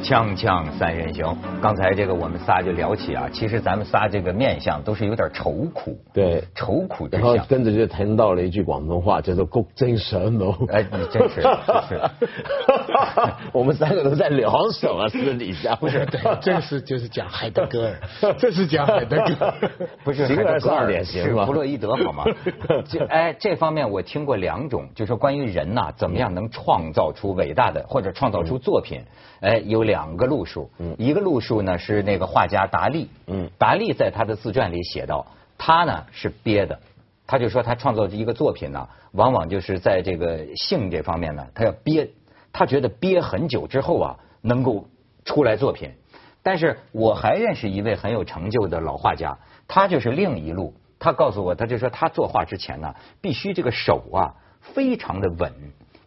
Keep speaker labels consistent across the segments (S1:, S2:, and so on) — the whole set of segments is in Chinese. S1: 锵锵三人行，刚才这个我们仨就聊起啊，其实咱们仨这个面相都是有点愁苦，
S2: 对
S1: 愁苦之
S2: 然后
S1: 相。
S2: 跟着就听到了一句广东话，叫做“谷精蛇脑”。
S1: 哎你真是是
S2: 我们三个都在聊什么私底下？不是，
S3: 对，这是就是讲海德格尔，这是讲海德格尔。
S1: 不是
S2: 形
S1: 海德
S2: 而
S1: 格尔
S2: 上点行
S1: 是
S2: 吧
S1: 弗洛伊德好 吗？这哎，这方面我听过两种，就是关于人呐、怎么样能创造出伟大的或者创造出
S2: 嗯
S1: 作品？哎，有两个路数，一个路数呢是那个画家达利，
S2: 嗯
S1: 达利在他的自传里写到，他呢是憋的。他就说，他创作一个作品呢，往往就是在这个性这方面呢，他要憋，他觉得憋很久之后啊，能够出来作品。但是我还认识一位很有成就的老画家，他就是另一路。他告诉我，他就说他作画之前呢，必须这个手啊非常的稳，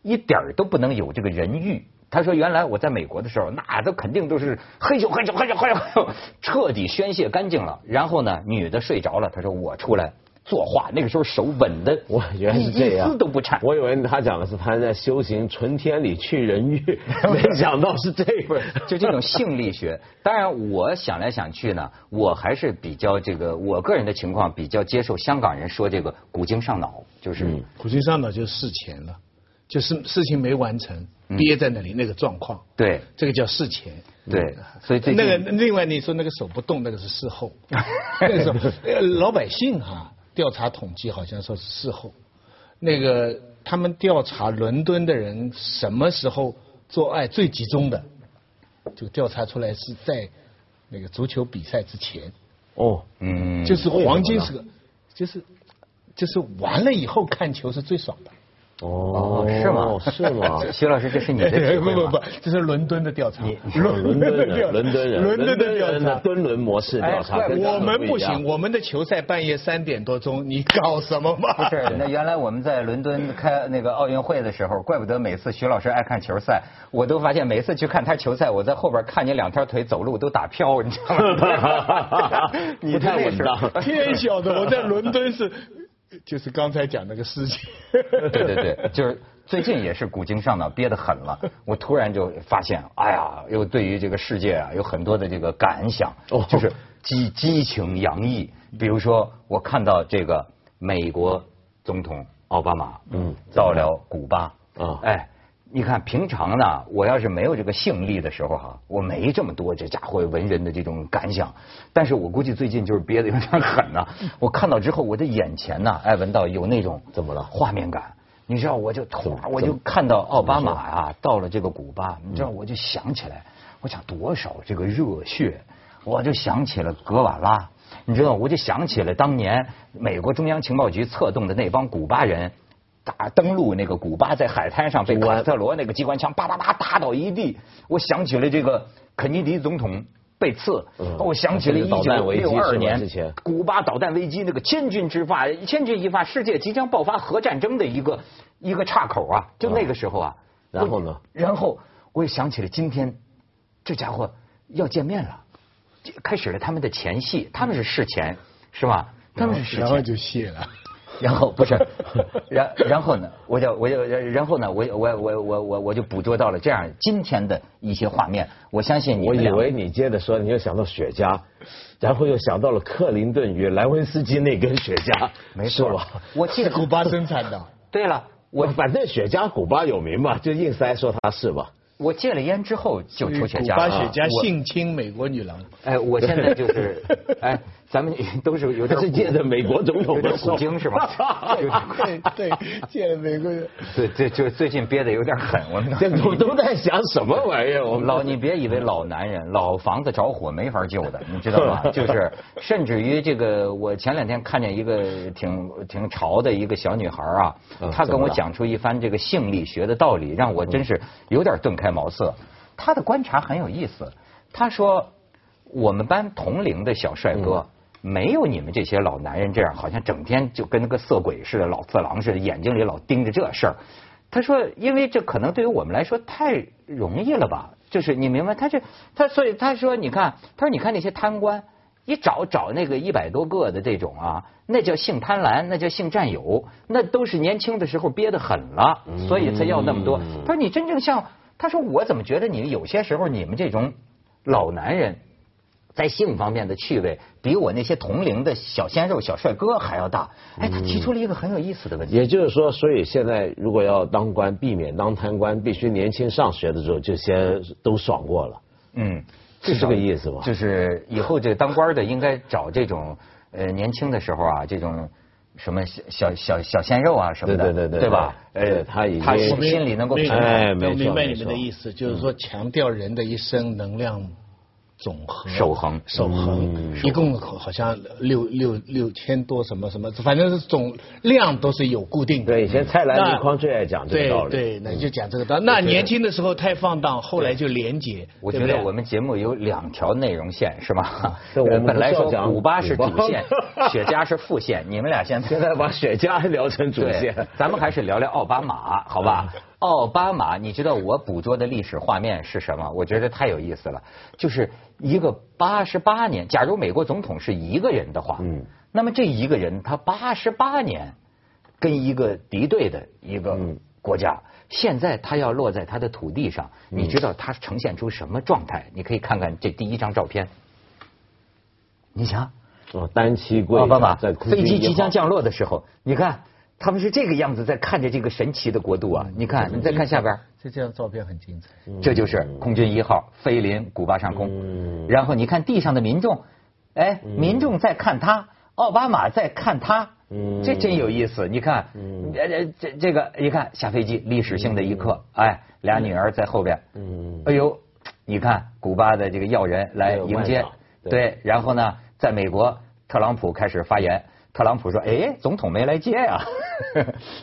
S1: 一点儿都不能有这个人欲。他说：“原来我在美国的时候，那都肯定都是嘿咻嘿咻嘿咻嘿咻嘿咻，彻底宣泄干净了。然后呢，女的睡着了，他说我出来作画，那个时候手稳的，
S2: 我原来是这样，
S1: 一丝都不颤。
S2: 我以为他讲的是他在修行纯天理去 人欲，没想到是这
S1: 不
S2: 个
S1: 是。，就这种性力学。当然，我想来想去呢，我还是比较这个，我个人的情况比较接受香港人说这个“古今上脑”，就是、
S2: 嗯
S3: 苦心上脑就是事前了，就是事情没完成，憋在那里那个状况，
S1: 对
S3: 这个叫事前。
S1: 对，
S2: 嗯
S1: 所以最近
S3: 那个另外你说那个手不动，那个是事后。那个时候呃老百姓哈、调查统计好像说是事后。那个他们调查伦敦的人什么时候做爱最集中的，就调查出来是在那个足球比赛之前，
S2: 哦，
S1: 嗯，
S3: 就是黄金时刻，就是就是完了以后看球是最爽的。
S1: 哦，
S2: 哦
S1: 是吗？
S2: 是吗？
S1: 徐老师，这 是你的体
S3: 不
S1: 会
S3: 不
S1: 吗？
S3: 不，这是伦敦的调查，
S2: 伦敦
S3: 的
S2: 人，
S3: 调查
S2: 伦敦人，
S3: 伦敦的调
S2: 人的
S3: 查。
S2: 敦伦模式调查
S1: 哎
S2: 跟
S3: 我
S2: 香港
S3: 们不
S2: 一样？
S3: 行，。我们的球赛半夜三点多钟，你搞什么
S1: 不
S3: 嘛？
S1: 是，那原来我们在伦敦开那个奥运会的时候，怪不得每次徐老师爱看球赛，我都发现每次去看他球赛，我在后边看你两条腿走路都打飘，你知道吗 你
S2: 不太
S1: 那时候
S2: 稳当
S3: 天晓得我在伦敦是， 就是刚才讲那个事情。
S1: 对对 对，就是最近也是古今上脑憋得很了，我突然就发现，哎呀，又对于这个世界啊有很多的这个感想
S2: 哦，
S1: 就是激激情洋溢。比如说，我看到这个美国总统奥巴马，嗯，到了古巴，
S2: 啊
S1: 哎。你看，平常呢，我要是没有这个性力的时候哈、我没这么多这家伙文人的这种感想。但是我估计最近就是憋得有点狠呐、我看到之后，我的眼前呐、哎，闻到有那种
S2: 怎么了
S1: 画面感。你知道，我就突然我就看到奥巴马啊，到了这个古巴，你
S2: 嗯
S1: 知道，我就想起来，我想多少这个热血，我就想起了格瓦拉，你知道，我就想起了当年美国中央情报局策动的那帮古巴人。打登陆那个古巴在海滩上被卡特罗那个机关枪叭叭叭打倒一地，我想起了这个肯尼迪总统被刺，
S2: 嗯
S1: 我想起了一
S2: 导弹
S1: 九
S2: 危机
S1: 六二
S2: 是吧
S1: 年
S2: 之前
S1: 古巴导弹危机那个千钧之发，千钧一发，世界即将爆发核战争的一个一个岔口啊！就那个时候啊，
S2: 嗯然后呢
S1: 我？然后我也想起了今天，这家伙要见面了，这开始了他们的前戏，他们是事前是吧？他们是事
S2: 嗯
S3: 然后
S1: 前，
S3: 就谢了。
S1: 然后不是， 然然后呢，我就我就然后呢，我我我我我我就捕捉到了这样今天的一些画面，我相信你
S2: 我
S1: 们
S2: 以
S1: 两位
S2: 为你接着说，你又想到雪茄，然后又想到了克林顿与莱温斯基那根雪茄，
S1: 没错
S2: 是吧？
S1: 我记
S3: 是
S1: 得
S3: 古巴生产的，
S1: 对了，我
S2: 反正雪茄古巴有名嘛，就硬塞说他是吧？
S1: 我戒了烟之后就抽雪
S3: 古
S1: 茄
S3: 巴
S1: 了。
S3: 雪茄
S1: 啊我
S3: 性侵美国女 郎。
S1: 哎，我现在 就是，哎，咱们都是有点
S2: 他
S1: 儿
S2: 是
S1: 古
S2: 借着美国总
S1: 有
S2: 统
S1: 点
S2: 的
S1: 儿古
S2: 手，
S1: 精是吧？有点儿
S3: 对对，见了美国人。
S1: 对对，就最近憋得有点儿狠，我 们
S2: 这我都在想什么玩意儿？我们
S1: 老，你别以为老男人老房子着火没法救的，你知道 吗？就是，甚至于这个，我前两天看见一个挺挺潮的一个小女孩啊
S2: 嗯，
S1: 她
S2: 怎
S1: 跟
S2: 么
S1: 我
S2: 了嗯
S1: 讲出一番这个性力学的道理，让我真是有点顿开茅塞。她的观察很有意思，她说我们班同龄的小帅哥。没有你们这些老男人这样，好像整天就跟那个色鬼似的，老色狼似的，眼睛里老盯着这事儿。他说，因为这可能对于我们来说太容易了吧？就是你明白，他这他所以他说，你看，他说你看那些贪官，一找找那个一百多个的这种啊，那叫性贪婪，那叫性占有，那都是年轻的时候憋得狠了，所以才要那么多。他说你真正像。他说我怎么觉得你有些时候你们这种老男人在性方面的趣味比我那些同龄的小鲜肉、小帅哥还要大？哎，他提出了一个很有意思的问题。
S2: 也就是说，所以现在如果要当官，避免当贪官，必须年轻上学的时候就先都爽过了，
S1: 嗯，
S2: 是这个意思吧？
S1: 就是以后这个当官的应该找这种呃年轻的时候啊，这种什么小小小小鲜肉啊什么的，
S2: 对对对对
S1: 对吧？
S2: 对
S1: 呃，
S2: 他已经
S1: 他
S2: 我
S1: 心
S2: 们
S1: 心里能够
S3: 明
S1: 平
S3: 白
S1: 衡。
S2: 哎没
S3: 我
S2: 错
S3: 明白
S2: 没
S3: 你们的
S2: 错
S3: 意思，就是说强调人的一生能量总和、
S1: 守恒
S3: 守恒，一共好像六六六千多什么什么，反正是总量都是有固定的。
S2: 对，以前蔡澜、
S3: 那
S2: 倪匡最爱讲这个道理。
S3: 对对，那就讲这个道理。那年轻的时候太放荡，后来就廉洁。
S1: 我
S3: 对
S1: 觉
S3: 不
S1: 得
S3: 对
S1: 我们节目有两条内容线是吧？
S2: 对我 们
S1: 本来
S2: 不是
S1: 说
S2: 要讲
S1: 古巴是主
S2: 古巴
S1: 线，雪茄是副线，你们俩现在
S2: 现在把雪茄聊 成主
S1: 对
S2: 线，，
S1: 咱们还是聊聊奥巴 马，好吧？奥巴马，你知道我捕捉的历史画面是什么？我觉得太有意思了，就是一个八十八年，假如美国总统是一个人的话，
S2: 嗯
S1: 那么这一个人他八十八年跟一个敌对的一个
S2: 嗯
S1: 国家，现在他要落在他的土地上，
S2: 嗯
S1: 你知道他呈现出什么状态？你可以看看这第一张照片，你想。
S2: 哦，单膝跪
S1: 奥巴马
S2: 在空
S1: 啊飞机
S2: 军一
S1: 即
S2: 号
S1: 将降落的时候，你看他们是这个样子在看着这个神奇的国度
S2: 嗯
S1: 啊！你看，你再看下边儿，
S3: 这这张照片很精彩。
S1: 这就是空军一号飞临古巴上空。
S2: 嗯
S1: 然后你看地上的民众，哎，民众在看他，奥巴马在看他
S2: 嗯，
S1: 这真有意思。你看，呃呃这这个一看下飞机，历史性的一刻，哎，俩女儿在后边，
S2: 嗯
S1: 哎呦，你看古巴的这个要人来迎
S2: 对外
S1: 接
S2: 长，对
S1: 对，然后呢，在美国，特朗普开始发言。特朗普说：“哎，总统没来接呀、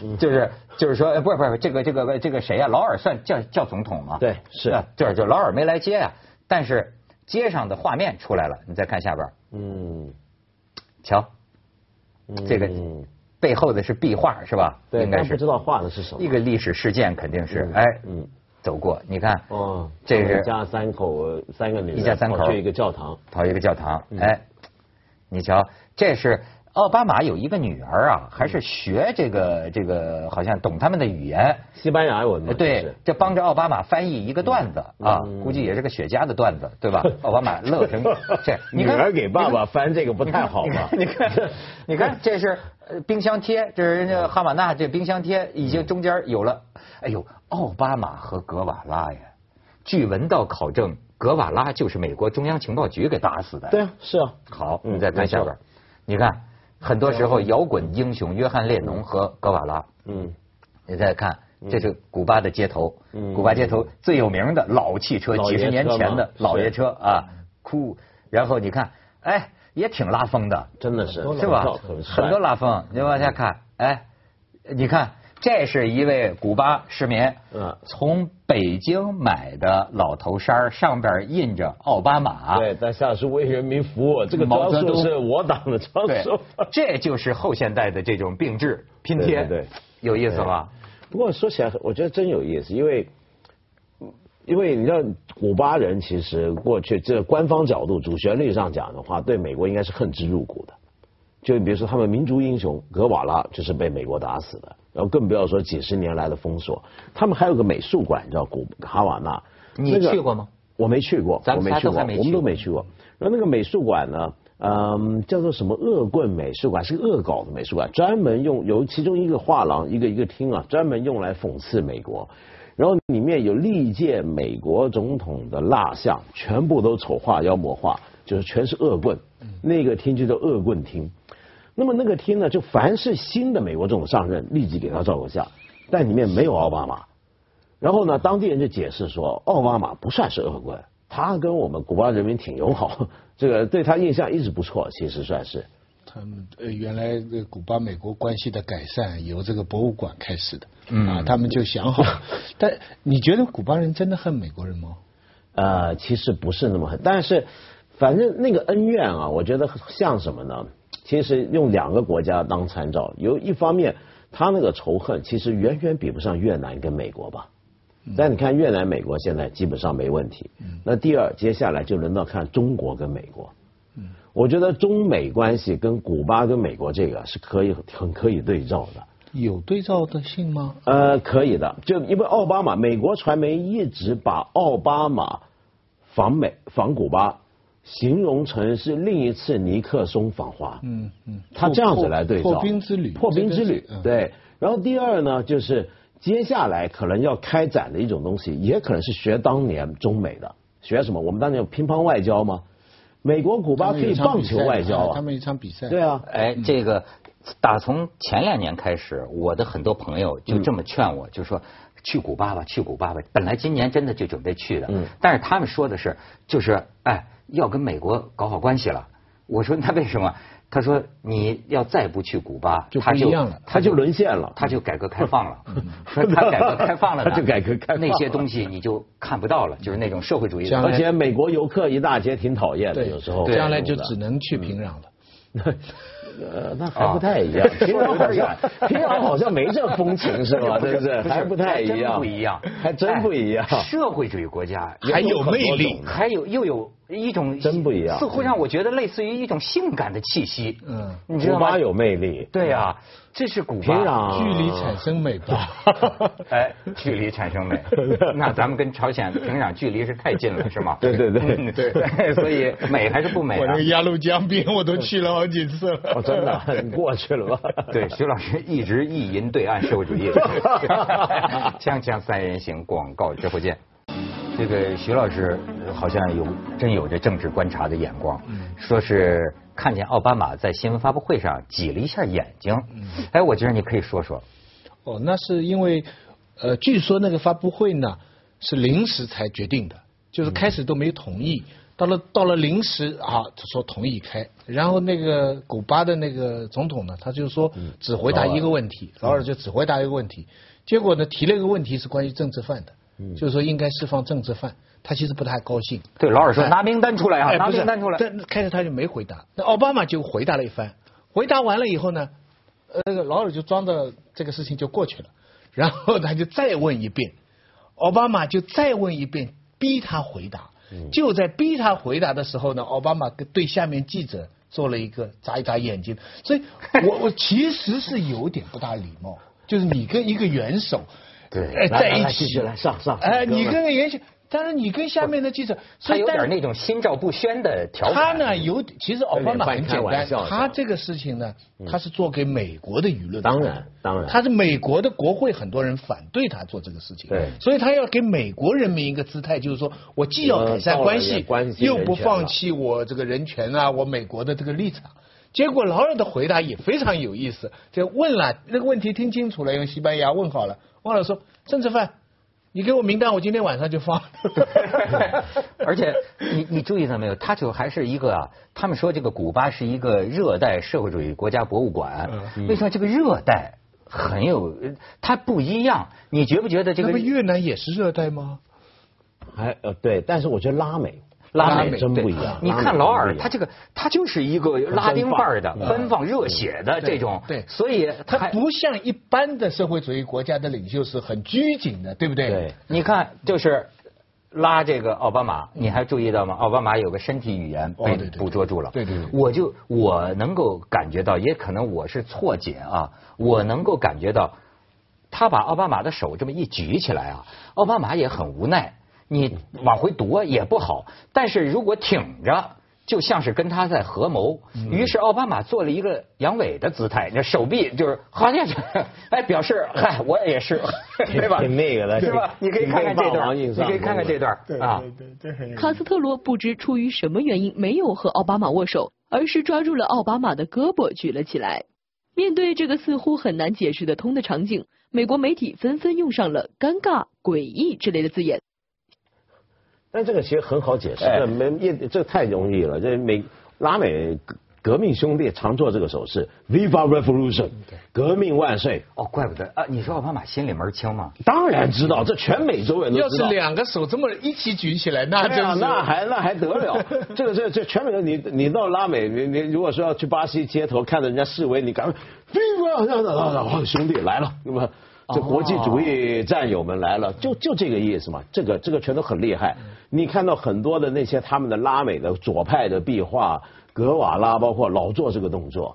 S2: 嗯
S1: 就是就是说，呃不是不是，这个这个这个谁呀、劳尔算叫叫总统吗？
S2: 对是
S1: 啊，就是就劳尔没来接呀、但是街上的画面出来了，你再看下边儿，
S2: 嗯，
S1: 瞧，
S2: 嗯
S1: 这个背后的是壁画是吧？
S2: 对，
S1: 应该
S2: 但不
S1: 是
S2: 知道画的是什么。
S1: 一个历史事件，肯定是
S2: 嗯
S1: 哎，
S2: 嗯
S1: 走过，你看，
S2: 哦，
S1: 这是
S2: 一家三口，呃三个女人，
S1: 一家三口
S2: 跑去一个教堂。
S1: 跑一个教堂，
S2: 嗯
S1: 哎，你瞧，这是奥巴马有一个女儿
S2: 嗯
S1: 啊，还是学这个这个，好像懂他们的语言。
S2: 西班牙文嘛，就
S1: 哎对
S2: 嗯是，嗯
S1: 这帮着奥巴马翻译一个段子啊，估计也是个雪茄的段子， 对吧？奥巴马乐成这，你
S2: 女
S1: 看
S2: 儿给爸爸翻这个不太好
S1: 你
S2: 吧
S1: 看，？你看， 你看，这是呃冰箱贴，这是人
S2: 嗯
S1: 家哈瓦那这冰箱贴已经中间有了。哎呦，奥巴马和格瓦拉呀，据文道考证，格瓦拉就是美国中央情报局给打死的。
S2: 对啊，是啊，
S1: 好，
S2: 嗯
S1: 你再看下边儿，你看，很多时候摇滚英雄约翰列侬和格瓦拉，
S2: 嗯，
S1: 你再看，这是古巴的街头，
S2: 嗯
S1: 古巴街头最有名的老汽车，
S2: 老
S1: 几
S2: 爷车
S1: 十年前的
S2: 嘛
S1: 老爷车啊，酷。然后你看，哎，也挺拉风的，
S2: 真的是
S1: 是吧
S2: 很帅？很帅
S1: 很多拉风，你往下看，哎，你看，这是一位古巴市民，
S2: 嗯
S1: 从北京买的老头衫儿，上边儿印着奥巴马，
S2: 对，但下是为人民服务，这个
S1: 毛
S2: 招
S1: 泽
S2: 数
S1: 东
S2: 是我党的 招
S1: 对
S2: 数。，
S1: 这就是后现代的这种并置拼
S2: 对
S1: 贴，
S2: 对对
S1: 有意思吧？
S2: 不过说起来，我觉得真有意思，因为因为你知道，古巴人其实过去这官方角度、主旋律上讲的话，对美国应该是恨之入骨的。就比如说他们民族英雄格瓦拉就是被美国打死的，然后更不要说几十年来的封锁。他们还有个美术馆叫古哈瓦那，
S1: 你
S2: 那个
S1: 去过吗？
S2: 我没去过，
S1: 咱
S2: 我
S1: 们
S2: 没
S1: 仨
S2: 去
S1: 都
S2: 过，
S1: 还没
S2: 我们都
S1: 去过
S2: 没去过。然后那个美术馆呢，嗯，叫做什么恶棍美术馆，是个恶搞的美术馆，专门用有其中一个画廊，一个一个厅啊，专门用来讽刺美国。然后里面有历届美国总统的蜡像，全部都丑化妖魔化，就是全是恶棍。
S1: 嗯
S2: 那个厅就叫恶棍厅。那么那个厅呢，就凡是新的美国总统上任，立即给他照个相，但里面没有奥巴马。然后呢，当地人就解释说，奥巴马不算是恶棍，他跟我们古巴人民挺友好，这个对他印象一直不错，其实算是。
S3: 他们呃，原来这古巴美国关系的改善由这个博物馆开始的，啊，他们就想好。但你觉得古巴人真的恨美国人吗？
S2: 呃，其实不是那么狠，但是反正那个恩怨啊，我觉得像什么呢？其实用两个国家当参照，有一方面他那个仇恨其实远远比不上越南跟美国吧。但你看越南、美国现在基本上没问题。那第二，接下来就轮到看中国跟美国。我觉得中美关系跟古巴跟美国这个是可以很可以对照的。
S3: 有对照的性吗？
S2: 呃，可以的，就因为奥巴马，美国传媒一直把奥巴马访美访古巴形容成是另一次尼克松访华，
S3: 嗯嗯，
S2: 他这样子来对照
S3: 破破冰之旅，
S2: 破冰之旅
S3: 这个是，嗯
S2: 对。然后第二呢，就是接下来可能要开展的一种东西，也可能是学当年中美的，学什么？我们当年有乒乓外交吗？美国古
S3: 嗯他
S2: 巴可
S3: 们有
S2: 以
S3: 一场
S2: 棒
S3: 比赛
S2: 球外交
S3: 他
S2: 啊，
S3: 们有一场比赛，
S2: 对啊，
S1: 哎，这个打从前两年开始，我的很多朋友就这么劝我，就说哎去古巴吧，去古巴吧。本来今年真的就准备去的，嗯但是他们说的是，就是哎，要跟美国搞好关系了。我说那为什么？他说你要再不去古巴，
S3: 就
S1: 他
S3: 不一样了
S2: 他就沦陷了。
S1: 他就改革开放 了，说 他改革开放了呢，
S2: 他就改革开放了
S1: 那些东西你就看不到了，就是那种社会主义的
S3: 将来
S1: 东
S2: 而
S1: 西。
S2: 且美国游客一大截挺讨厌的，
S3: 对，
S2: 有时候
S3: 将来就只能去平壤了。
S2: 呃，那还
S1: 啊
S2: 不太 一样。平壤好像平壤好像没这风情是 吧？对不对？还不太一
S1: 还真
S2: 样，
S1: 不一样，
S2: 还真不一样。
S1: 哎社会主义国家
S3: 还有魅力
S2: 嗯有很多种
S1: 还有又有一种
S2: 真不一样
S1: 似乎让我觉得类似于一种性感的气息。
S3: 嗯
S1: 你知
S2: 古
S1: 道吗
S2: 巴？有魅力，
S1: 对呀、这是古巴。
S2: 平壤
S3: 距离产生美吧，
S1: 哎，距离产生美，那咱们跟朝鲜平壤距离是太近了，是吗？
S2: 对对对
S1: 嗯对，所以美还是不
S2: 嗯
S1: 美
S3: 我
S1: 啊
S3: 那个？鸭绿江边我都去了好几次了。
S2: 哦，真的，你过去 了吧？
S1: 对，徐老师一直意淫对岸社会主义。 锵锵三人行，广告之后见。这个徐老师呃好像有真有着政治观察的眼光，
S3: 嗯
S1: 说是看见奥巴马在新闻发布会上挤了一下眼睛。
S3: 嗯
S1: 哎，我觉得你可以说说。
S3: 哦，那是因为，呃，据说那个发布会呢是临时才决定的，就是开始都没同意，到了到了临时啊说同意开，然后那个古巴的那个总统呢，他就说只回答一个问题，嗯劳尔就嗯只回答一个问题，结果呢提了一个问题是关于政治犯的，就是说应该释放政治犯，他其实不太高兴，
S1: 对，劳尔说拿名单出来啊，
S3: 哎，
S1: 拿
S3: 不是
S1: 名，单出来。
S3: 但开始他就没回答，那奥巴马就回答了一番，回答完了以后呢，呃那个劳尔就装着这个事情就过去了，然后他就再问一遍，奥巴马就再问一遍，逼他回答。
S2: 嗯
S3: 就在逼他回答的时候呢，奥巴马跟对下面记者做了一个眨一眨眼睛，所以我我其实是有点不大礼貌，就是你跟一个元首
S1: 对
S3: 哎
S2: 来
S3: 在
S2: 来
S3: 一
S2: 来继
S3: 起
S2: 续来上上
S3: 哎，
S2: 哥们
S3: 你跟个元首，当然你跟下面的记者，所
S1: 他
S3: 以
S1: 有
S3: 但
S1: 点那种心照不宣的调
S3: 他
S1: 侃。
S3: 呢有，其实奥巴马很
S2: 哎有点半开
S3: 简
S2: 玩
S3: 单
S2: 笑，嗯
S3: 他这个事情呢，他是做给美国的舆论。
S2: 当然当然
S3: 他是美国的国会很多人反对他做这个事情，
S2: 对
S3: 所以他要给美国人民一个姿态，就是说我既要改善
S2: 呃
S3: 关
S2: 到了
S3: 系
S2: 也关，心人权
S3: 又
S2: 了
S3: 不放弃我这个人权啊，我美国的这个立场。结果劳尔的回答也非常有意思，就问了那个问题听清楚了，用西班牙问好了，忘了说政治犯，你给我名单，我今天晚上就 发。
S1: 而且你你注意到没有？他就还是一个啊，他们说这个古巴是一个热带社会主义国家博物馆，为什么这个热带很有呃它不一样？你觉不觉得这
S3: 那
S1: 个
S3: 么越南也是热带吗？
S2: 还呃对，但是我觉得拉美
S1: 拉
S3: 美
S2: 真
S1: 对
S2: 不一样。
S1: 你
S2: 拉
S1: 看
S2: 美
S1: 劳
S2: 真
S1: 尔，
S2: 不一样
S1: 他这个他就是一个拉丁范儿的、
S2: 奔放
S1: 奔放、热血的这种，
S3: 对对
S1: 所以
S3: 他
S1: 还
S3: 不像一般的社会主义国家的领袖是很拘谨的，对不对？
S2: 对
S1: 你看，就是拉这个奥巴马，你还注意到吗？奥巴马有个身体语言
S3: 哦
S1: 被
S3: 对对
S1: 捕捉住了。
S3: 对对对
S1: 我就我能够感觉到，也可能我是错解啊，我能够感觉到，他把奥巴马的手这么一举起来啊，奥巴马也很无奈，你往回夺也不好，但是如果挺着。就像是跟他在合谋，
S3: 嗯
S1: 于是奥巴马做了一个阳痿的姿态，这手臂就是好像是，哎，表示嗨，我也 是，对吧？
S2: 挺那个的
S1: 对吧？你可以看看这段，你可以看看这段啊。
S4: 卡斯特罗不知出于什么原因没有和奥巴马握手，而是抓住了奥巴马的胳膊举了起来。面对这个似乎很难解释得通的场景，美国媒体纷纷用上了尴尬、诡异之类的字眼。
S2: 但这个其实很好解释，
S1: 哎
S2: 这没也这太容易了。这美拉美革革命兄弟常做这个手势，Viva Revolution，革命万岁。
S1: 哦，怪不得啊！你说奥巴马心里门清吗？
S2: 当然知道，这全美洲人
S3: 要
S2: 都
S3: 是
S2: 知道。
S3: 两个手这么一起举起来，那
S2: 哎
S3: 真
S2: 呀
S3: 是
S2: 那还那还得了？这个这这全美洲，你你到拉美，你你如果说要去巴西街头看着人家示威，你赶快 Viva，那啊那那那兄弟来了，那么。这国
S3: 哦
S2: 际主义战友们来了，就就这个意思嘛。这个这个全都很厉害。你看到很多的那些他们的拉美的左派的壁画，格瓦拉包括老做这个动作，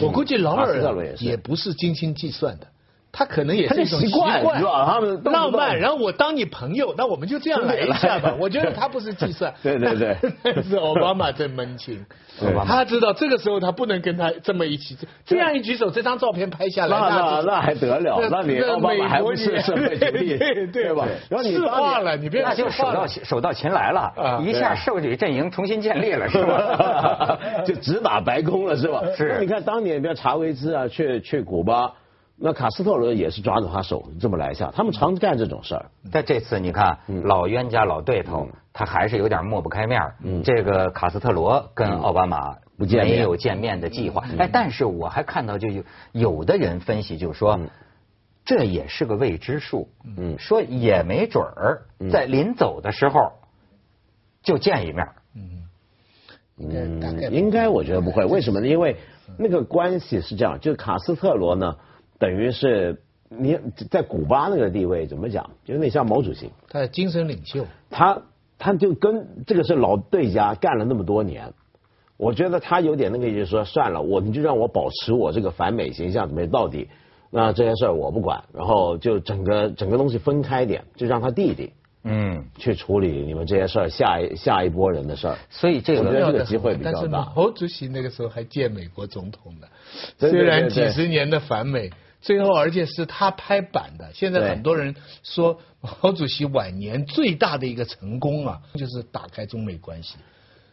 S3: 我估计劳
S2: 马斯克
S3: 尔
S2: 伦也
S3: 啊
S2: 是
S3: 也不是精心计算的，他可能也
S2: 他
S3: 是
S2: 的
S3: 一种
S2: 习惯
S3: 惯
S2: 是 吧他们动不动
S3: 浪漫。然后我当你朋友，那我们就这样来一下吧。我觉得他不是计算，
S2: 对对对啊
S3: 但 是奥巴马真 门清，
S2: 对
S3: 他知道这个时候他不能跟他这么一起，这样一举手，这张照片拍下
S2: 那那
S3: 来，大家就
S2: 那还得了？那你奥巴
S3: 美
S2: 马还
S3: 国
S2: 不是
S3: 你
S2: 社会主义
S3: 对对
S2: 吧？然后你
S3: 赤
S2: 当
S3: 化
S2: 你
S3: 了，你别
S1: 那就
S3: 赤
S1: 手
S3: 化
S1: 到
S3: 了。
S1: 手到擒来
S3: 啊
S1: 了，一
S2: 对
S1: 下
S2: 啊
S1: 社会主义阵营重新建立了，是 吧？
S2: 就直打白宫了是吧？
S1: 是
S2: 那你看当年，比如查韦兹啊，去去古巴，那卡斯特罗也是抓着他手这么来一下，他们常干这种事儿。
S1: 但这次你看，老冤家老对头，他还是有点抹不开面儿。这个卡斯特罗跟奥巴马
S2: 不见面
S1: 没有见面的计划。哎，但是我还看到就有有的人分析，就是说。这也是个未知数，嗯，说也没准儿在临走的时候就见一面儿，
S3: 嗯大概
S2: 嗯，应该我觉得不会，为什么呢？因为那个关系是这样，就是卡斯特罗呢，等于是你在古巴那个地位怎么讲，就有点像毛主席，
S3: 他的精神领袖，
S2: 他他就跟这个是老对家干了那么多年，我觉得他有点那个意思，说算了，我你就让我保持我这个反美形象怎么到底，那这些事儿我不管，然后就整个整个东西分开一点，就让他弟弟
S1: 嗯，
S2: 去处理你们这些事儿，下一下一波人的事儿。
S1: 所以这
S2: 我觉得
S1: 个
S2: 这个机会比较大
S3: 但是毛主席那个时候还见美国总统呢，
S2: 对对
S3: 虽然
S2: 对对
S3: 几十年的反美，最后而且是他拍板的。现在
S2: 对
S3: 很多人说毛主席晚年最大的一个成功啊，就是打开中美关系。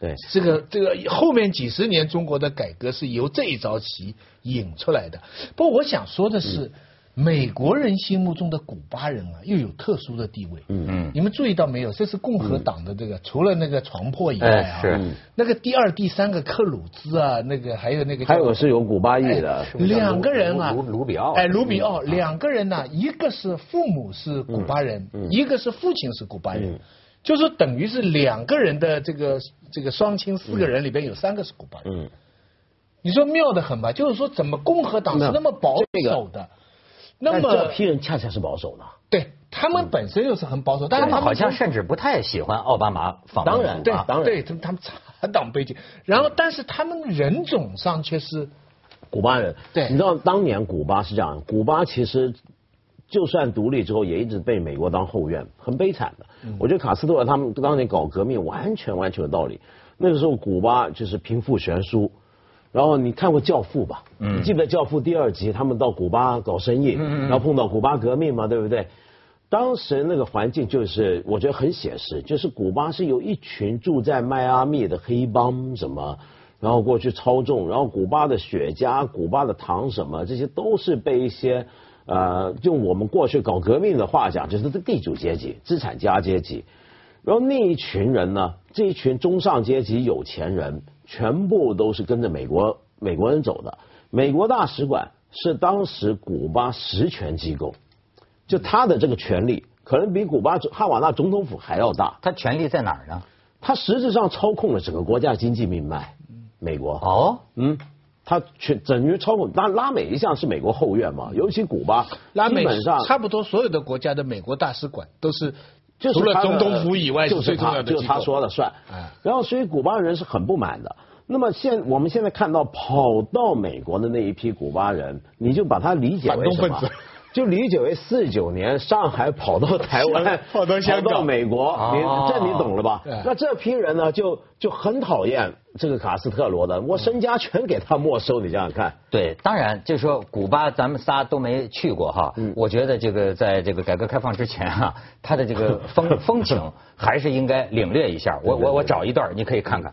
S2: 对，
S3: 这个这个后面几十年中国的改革是由这一招棋引出来的。不过我想说的是，美国人心目中的古巴人啊，又有特殊的地位。嗯嗯，你们注意到没有？这是共和党的这个，除了那个床破以外
S1: 哎
S3: 啊，
S1: 是嗯
S3: 那个第二、第三个克鲁兹啊，那个还有那个叫
S2: 还有是有古巴裔
S3: 哎
S2: 的，
S3: 两个人啊，
S1: 卢卢卢比奥
S3: 哎，卢比奥，两个人呢、一个是父母是古巴人，一个是父亲是古巴人，就是说等于是两个人的这个这个双亲四个人里边有三个是古巴人，
S2: 嗯，
S3: 你说妙得很吧？就是说怎么共和党是那么保守的，那
S2: 但这
S3: 么
S2: 批人恰恰是保守的。
S3: 对他们本身又是很保守，但
S1: 他
S3: 是他
S1: 们
S3: 们
S1: 好像
S3: 不
S1: 甚至不太喜欢奥巴马访问古巴
S2: 当然
S3: 对
S2: 啊当然
S3: 对，他们他们 茶党背景，然后但是他们人种上却是
S2: 古巴人。
S3: 对
S2: 你知道当年古巴是这样，古巴其实就算独立之后，也一直被美国当后院，很悲惨的。我觉得卡斯特罗他们当年搞革命，完全完全有道理。那个时候古巴就是贫富悬殊。然后你看过《教父》吧？嗯，你记不记得《教父》第二集，他们到古巴搞生意，然后碰到古巴革命嘛，对不对？当时那个环境就是，我觉得很写实，就是古巴是有一群住在迈阿密的黑帮什么，然后过去操纵，然后古巴的雪茄、古巴的糖什么，这些都是被一些呃，用我们过去搞革命的话讲，就是地主阶级、资产家阶级。然后那一群人呢，这一群中上阶级有钱人，全部都是跟着美国美国人走的。美国大使馆是当时古巴实权机构，就他的这个权力可能比古巴总哈瓦那总统府还要大，
S1: 他权力在哪儿呢？
S2: 他实质上操控了整个国家经济命脉。美国
S1: 哦，
S2: 嗯，他全等于操控拉拉美一向是美国后院嘛，尤其古巴，
S3: 拉美
S2: 基本上
S3: 差不多所有的国家的美国大使馆都是
S2: 就是
S3: 除了
S2: 他的
S3: 总统府以外
S2: 就是
S3: 最重要
S2: 他
S3: 的机构
S2: 就是他说了算
S3: 哎。
S2: 然后，所以古巴人是很不满的。那么现我们现在看到跑到美国的那一批古巴人，你就把他理解为什
S3: 反动
S2: 么
S3: 分子？
S2: 就理解为四九年上海跑到台湾
S3: ，跑到香港啊
S2: 跑到美国，你
S1: 哦
S2: 这你懂了吧
S3: 对？
S2: 那这批人呢，就就很讨厌这个卡斯特罗的，我身家全给他没收，你想想看。
S1: 对，当然，就是说古巴咱们仨都没去过哈。
S2: 嗯
S1: 我觉得这个在这个改革开放之前啊， 它的这个 风风情还是应该领略一下。我我我找一段儿，你可以看看。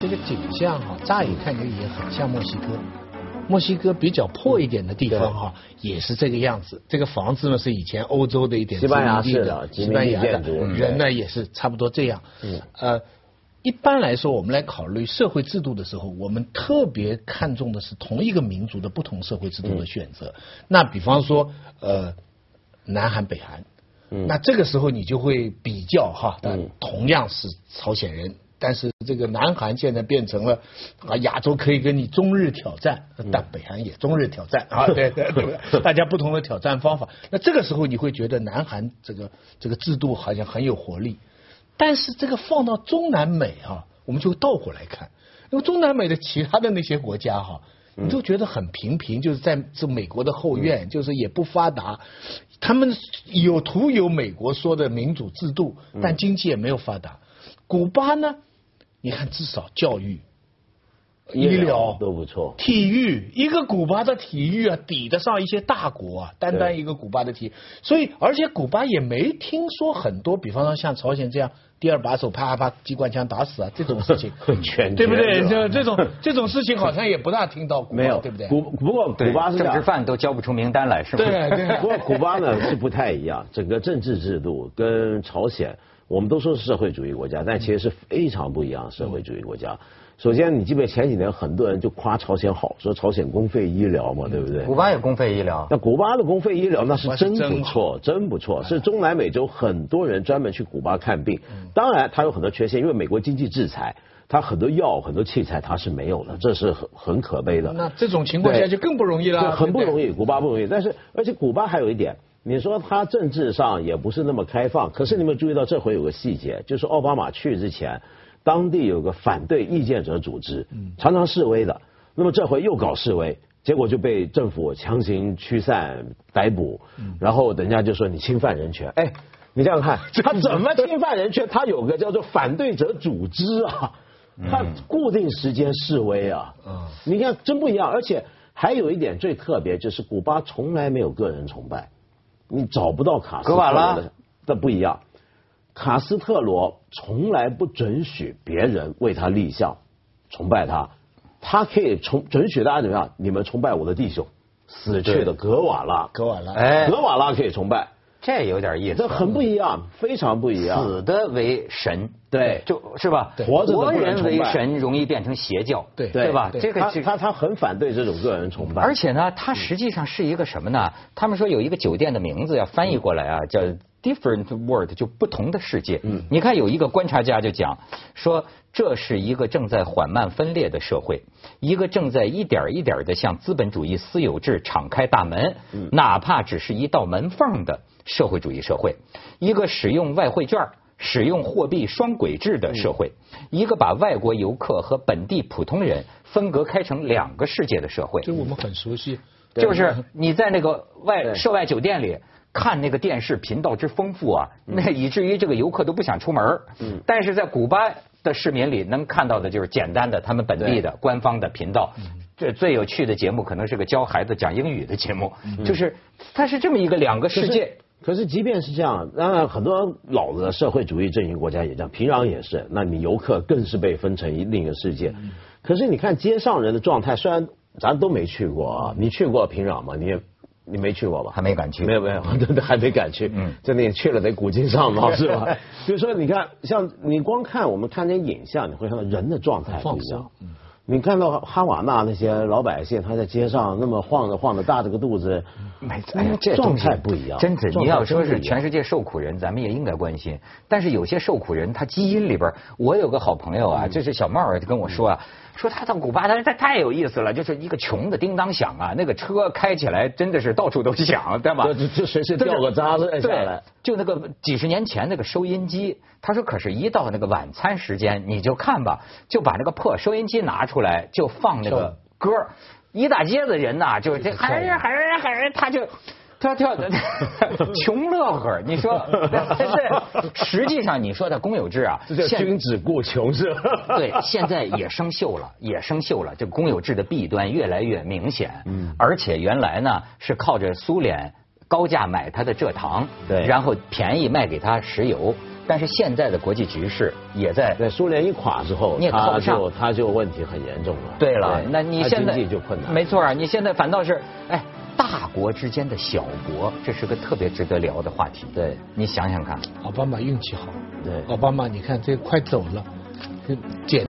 S3: 这个景象哈、乍一看就也很像墨西哥，墨西哥比较破一点的地方哈、也是这个样子。这个房子呢是以前欧洲的一点
S2: 西班牙
S3: 殖民地
S2: 式的
S3: 西班牙
S2: 殖
S3: 的
S2: 民
S3: 嗯
S2: 地建筑嗯
S3: 人呢也是差不多这样。呃，一般来说，我们来考虑社会制度的时候，我们特别看重的是同一个民族的不同社会制
S2: 嗯
S3: 度的选择。那比方说，呃，南韩、北韩，那这个时候你就会比较哈，但同样是朝鲜人，但是这个南韩现在变成了啊，亚洲可以跟你中日挑战，但北韩也中日挑战啊，对对对对，大家不同的挑战方法。那这个时候你会觉得南韩这个这个制度好像很有活力，但是这个放到中南美哈、我们就倒过来看，因为中南美的其他的那些国家哈、你都觉得很平平，就是在这美国的后院，就是也不发达，他们有图有美国说的民主制度，但经济也没有发达。古巴呢，你看至少教育、医疗
S2: 都不错，
S3: 体育，一个古巴的体育啊，抵得上一些大国啊。单单一个古巴的体育，所以而且古巴也没听说很多，比方说像朝鲜这样第二把手啪啪啪机关枪打死啊这种事情，
S2: 全
S3: 对不对？
S2: 这
S3: 这这 种这种事情好像也不大听到古巴，啊
S2: 没有，
S3: 对不对？
S2: 古不过
S1: 对
S2: 古巴是这
S1: 政
S2: 样
S1: 治犯都交不出名单来，是吧？
S3: 对对
S2: 不过古巴呢是不太一样，整个政治制度跟朝鲜，我们都说是社会主义国家，但其实是非常不一样的社会主义国家。首先，你记不记得前几年很多人就夸朝鲜好，说朝鲜公费医疗嘛，对不对
S1: 古？巴也公费医疗，
S2: 那古巴的公费医疗那是
S3: 哇是
S2: 真
S3: 真
S2: 不错，真不错，是中南美洲很多人专门去古巴看病。当然，它有很多缺陷，因为美国经济制裁，它很多药、很多器材它是没有的，这是很很可悲的。
S3: 那这种情况下就更不容易
S2: 对，
S3: 了，
S2: 很不容
S3: 易。
S2: 易，古巴不容易。但是，而且古巴还有一点，你说它政治上也不是那么开放，可是你有没有注意到这回有个细节，就是奥巴马去之前，当地有个反对意见者组织，
S3: 嗯
S2: 常常示威的。那么这回又搞示威，结果就被政府强行驱散、逮捕，
S3: 嗯
S2: 然后人家就说你侵犯人权，哎。你想想 看，他怎么侵犯人权？他有个叫做反对者组织啊，
S1: 嗯
S2: 他固定时间示威啊。你看真不一样，而且还有一点最特别，就是古巴从来没有个人崇拜，你找不到卡斯特
S1: 格瓦拉
S2: 罗的的不一样。卡斯特罗从来不准许别人为他立像，崇拜他，他可以崇准许大家怎么样？你们崇拜我的弟兄，死去的格瓦拉，
S3: 格瓦拉，
S1: 哎，
S2: 格瓦拉可以崇拜，
S1: 这有点意思
S2: 这。很不一样，非常不一样。
S1: 死的为神，
S2: 啊对
S1: 就是吧？
S3: 对
S2: 活着的不能
S1: 人为
S2: 崇拜
S1: 神容易变成邪教，
S3: 对
S1: 对吧？
S3: 对
S1: 这个
S2: 他
S1: 是
S2: 他他很反对这种个人崇拜，
S1: 而且呢，它实际上是一个什么呢？他们说有一个酒店的名字要翻译过来啊，叫 Different World，就不同的世界。嗯，你看有一个观察家就讲说，这是一个正在缓慢分裂的社会，一个正在一点一点的向资本主义私有制敞开大门，哪怕只是一道门缝的社会主义社会，一个使用外汇券儿。使用货币双轨制的社会，一个把外国游客和本地普通人分隔开成两个世界的社会，
S3: 就我们很熟悉。
S1: 就是你在那个外
S2: 对
S1: 涉外酒店里看那个电视频道之丰富啊，
S2: 嗯
S1: 那以至于这个游客都不想出门儿。但是在古巴的市民里能看到的就是简单的他们本地的官方的频道。
S2: 嗯
S1: 最最有趣的节目可能是个教孩子讲英语的节目，就是它是这么一个两个世界。
S2: 可嗯是即便是这样，当然很多老的社会主义阵营国家也这样，平壤也是，那你游客更是被分成一另一个世界。
S1: 嗯
S2: 可是你看街上人的状态，虽然咱都没去过啊，你去过平壤吗？你也你没去过吧？
S1: 还没敢去
S2: 没有 没有，真的还没敢去。嗯，真的也去了得古今 上貌是吧？比如说你看，像你光看我们看那些影像，你会看到人的状态不一样。
S1: 嗯
S2: 你看到哈瓦那那些老百姓，他在街上那么晃着晃着，大着个肚子，
S1: 没错，哎呀，这
S2: 状
S1: 东西
S2: 态不一样
S1: 真是，
S2: 状
S1: 你
S2: 态
S1: 要
S2: 真
S1: 说
S2: 不一
S1: 是
S2: 样
S1: 全世界受苦人，咱们也应该关心。但是有些受苦人，他基因里边儿，我有个好朋友
S2: 嗯
S1: 啊，这是小帽儿跟我说啊，说他到古巴，他说他太有意思了，就是一个穷的叮当响啊，那个车开起来真的是到处都响，对吧？
S2: 就就就随时掉个渣子下来。
S1: 对，就那个几十年前那个收音机，他说可是，一到那个晚餐时间，你就看吧，就把那个破收音机拿出来，就放那个歌儿一大街的人呐、就这喊人喊人喊人，他就。他跳 的穷乐呵儿，你说，对，实际上你说的公有制啊，
S2: 这叫
S1: 现
S2: 君子固穷是吧？
S1: 对，现在也生锈了，也生锈了。这公有制的弊端越来越明显。嗯，而且原来呢是靠着苏联高价买它的蔗糖，
S2: 对
S1: 然后便宜卖给它石油。但是现在的国际局势也在
S2: 在苏联一垮之后
S1: 你也，靠
S2: 他
S1: 不上
S2: 就他就问题很严重了。
S1: 对了，那你
S2: 他
S1: 现在
S2: 经济就困难。
S1: 没错儿，你现在反倒是哎，大国之间的小国，这是个特别值得聊的话题。
S2: 对，
S1: 你想想看，
S3: 奥巴马运气好，
S2: 对
S3: 奥巴马你看这快走了，这简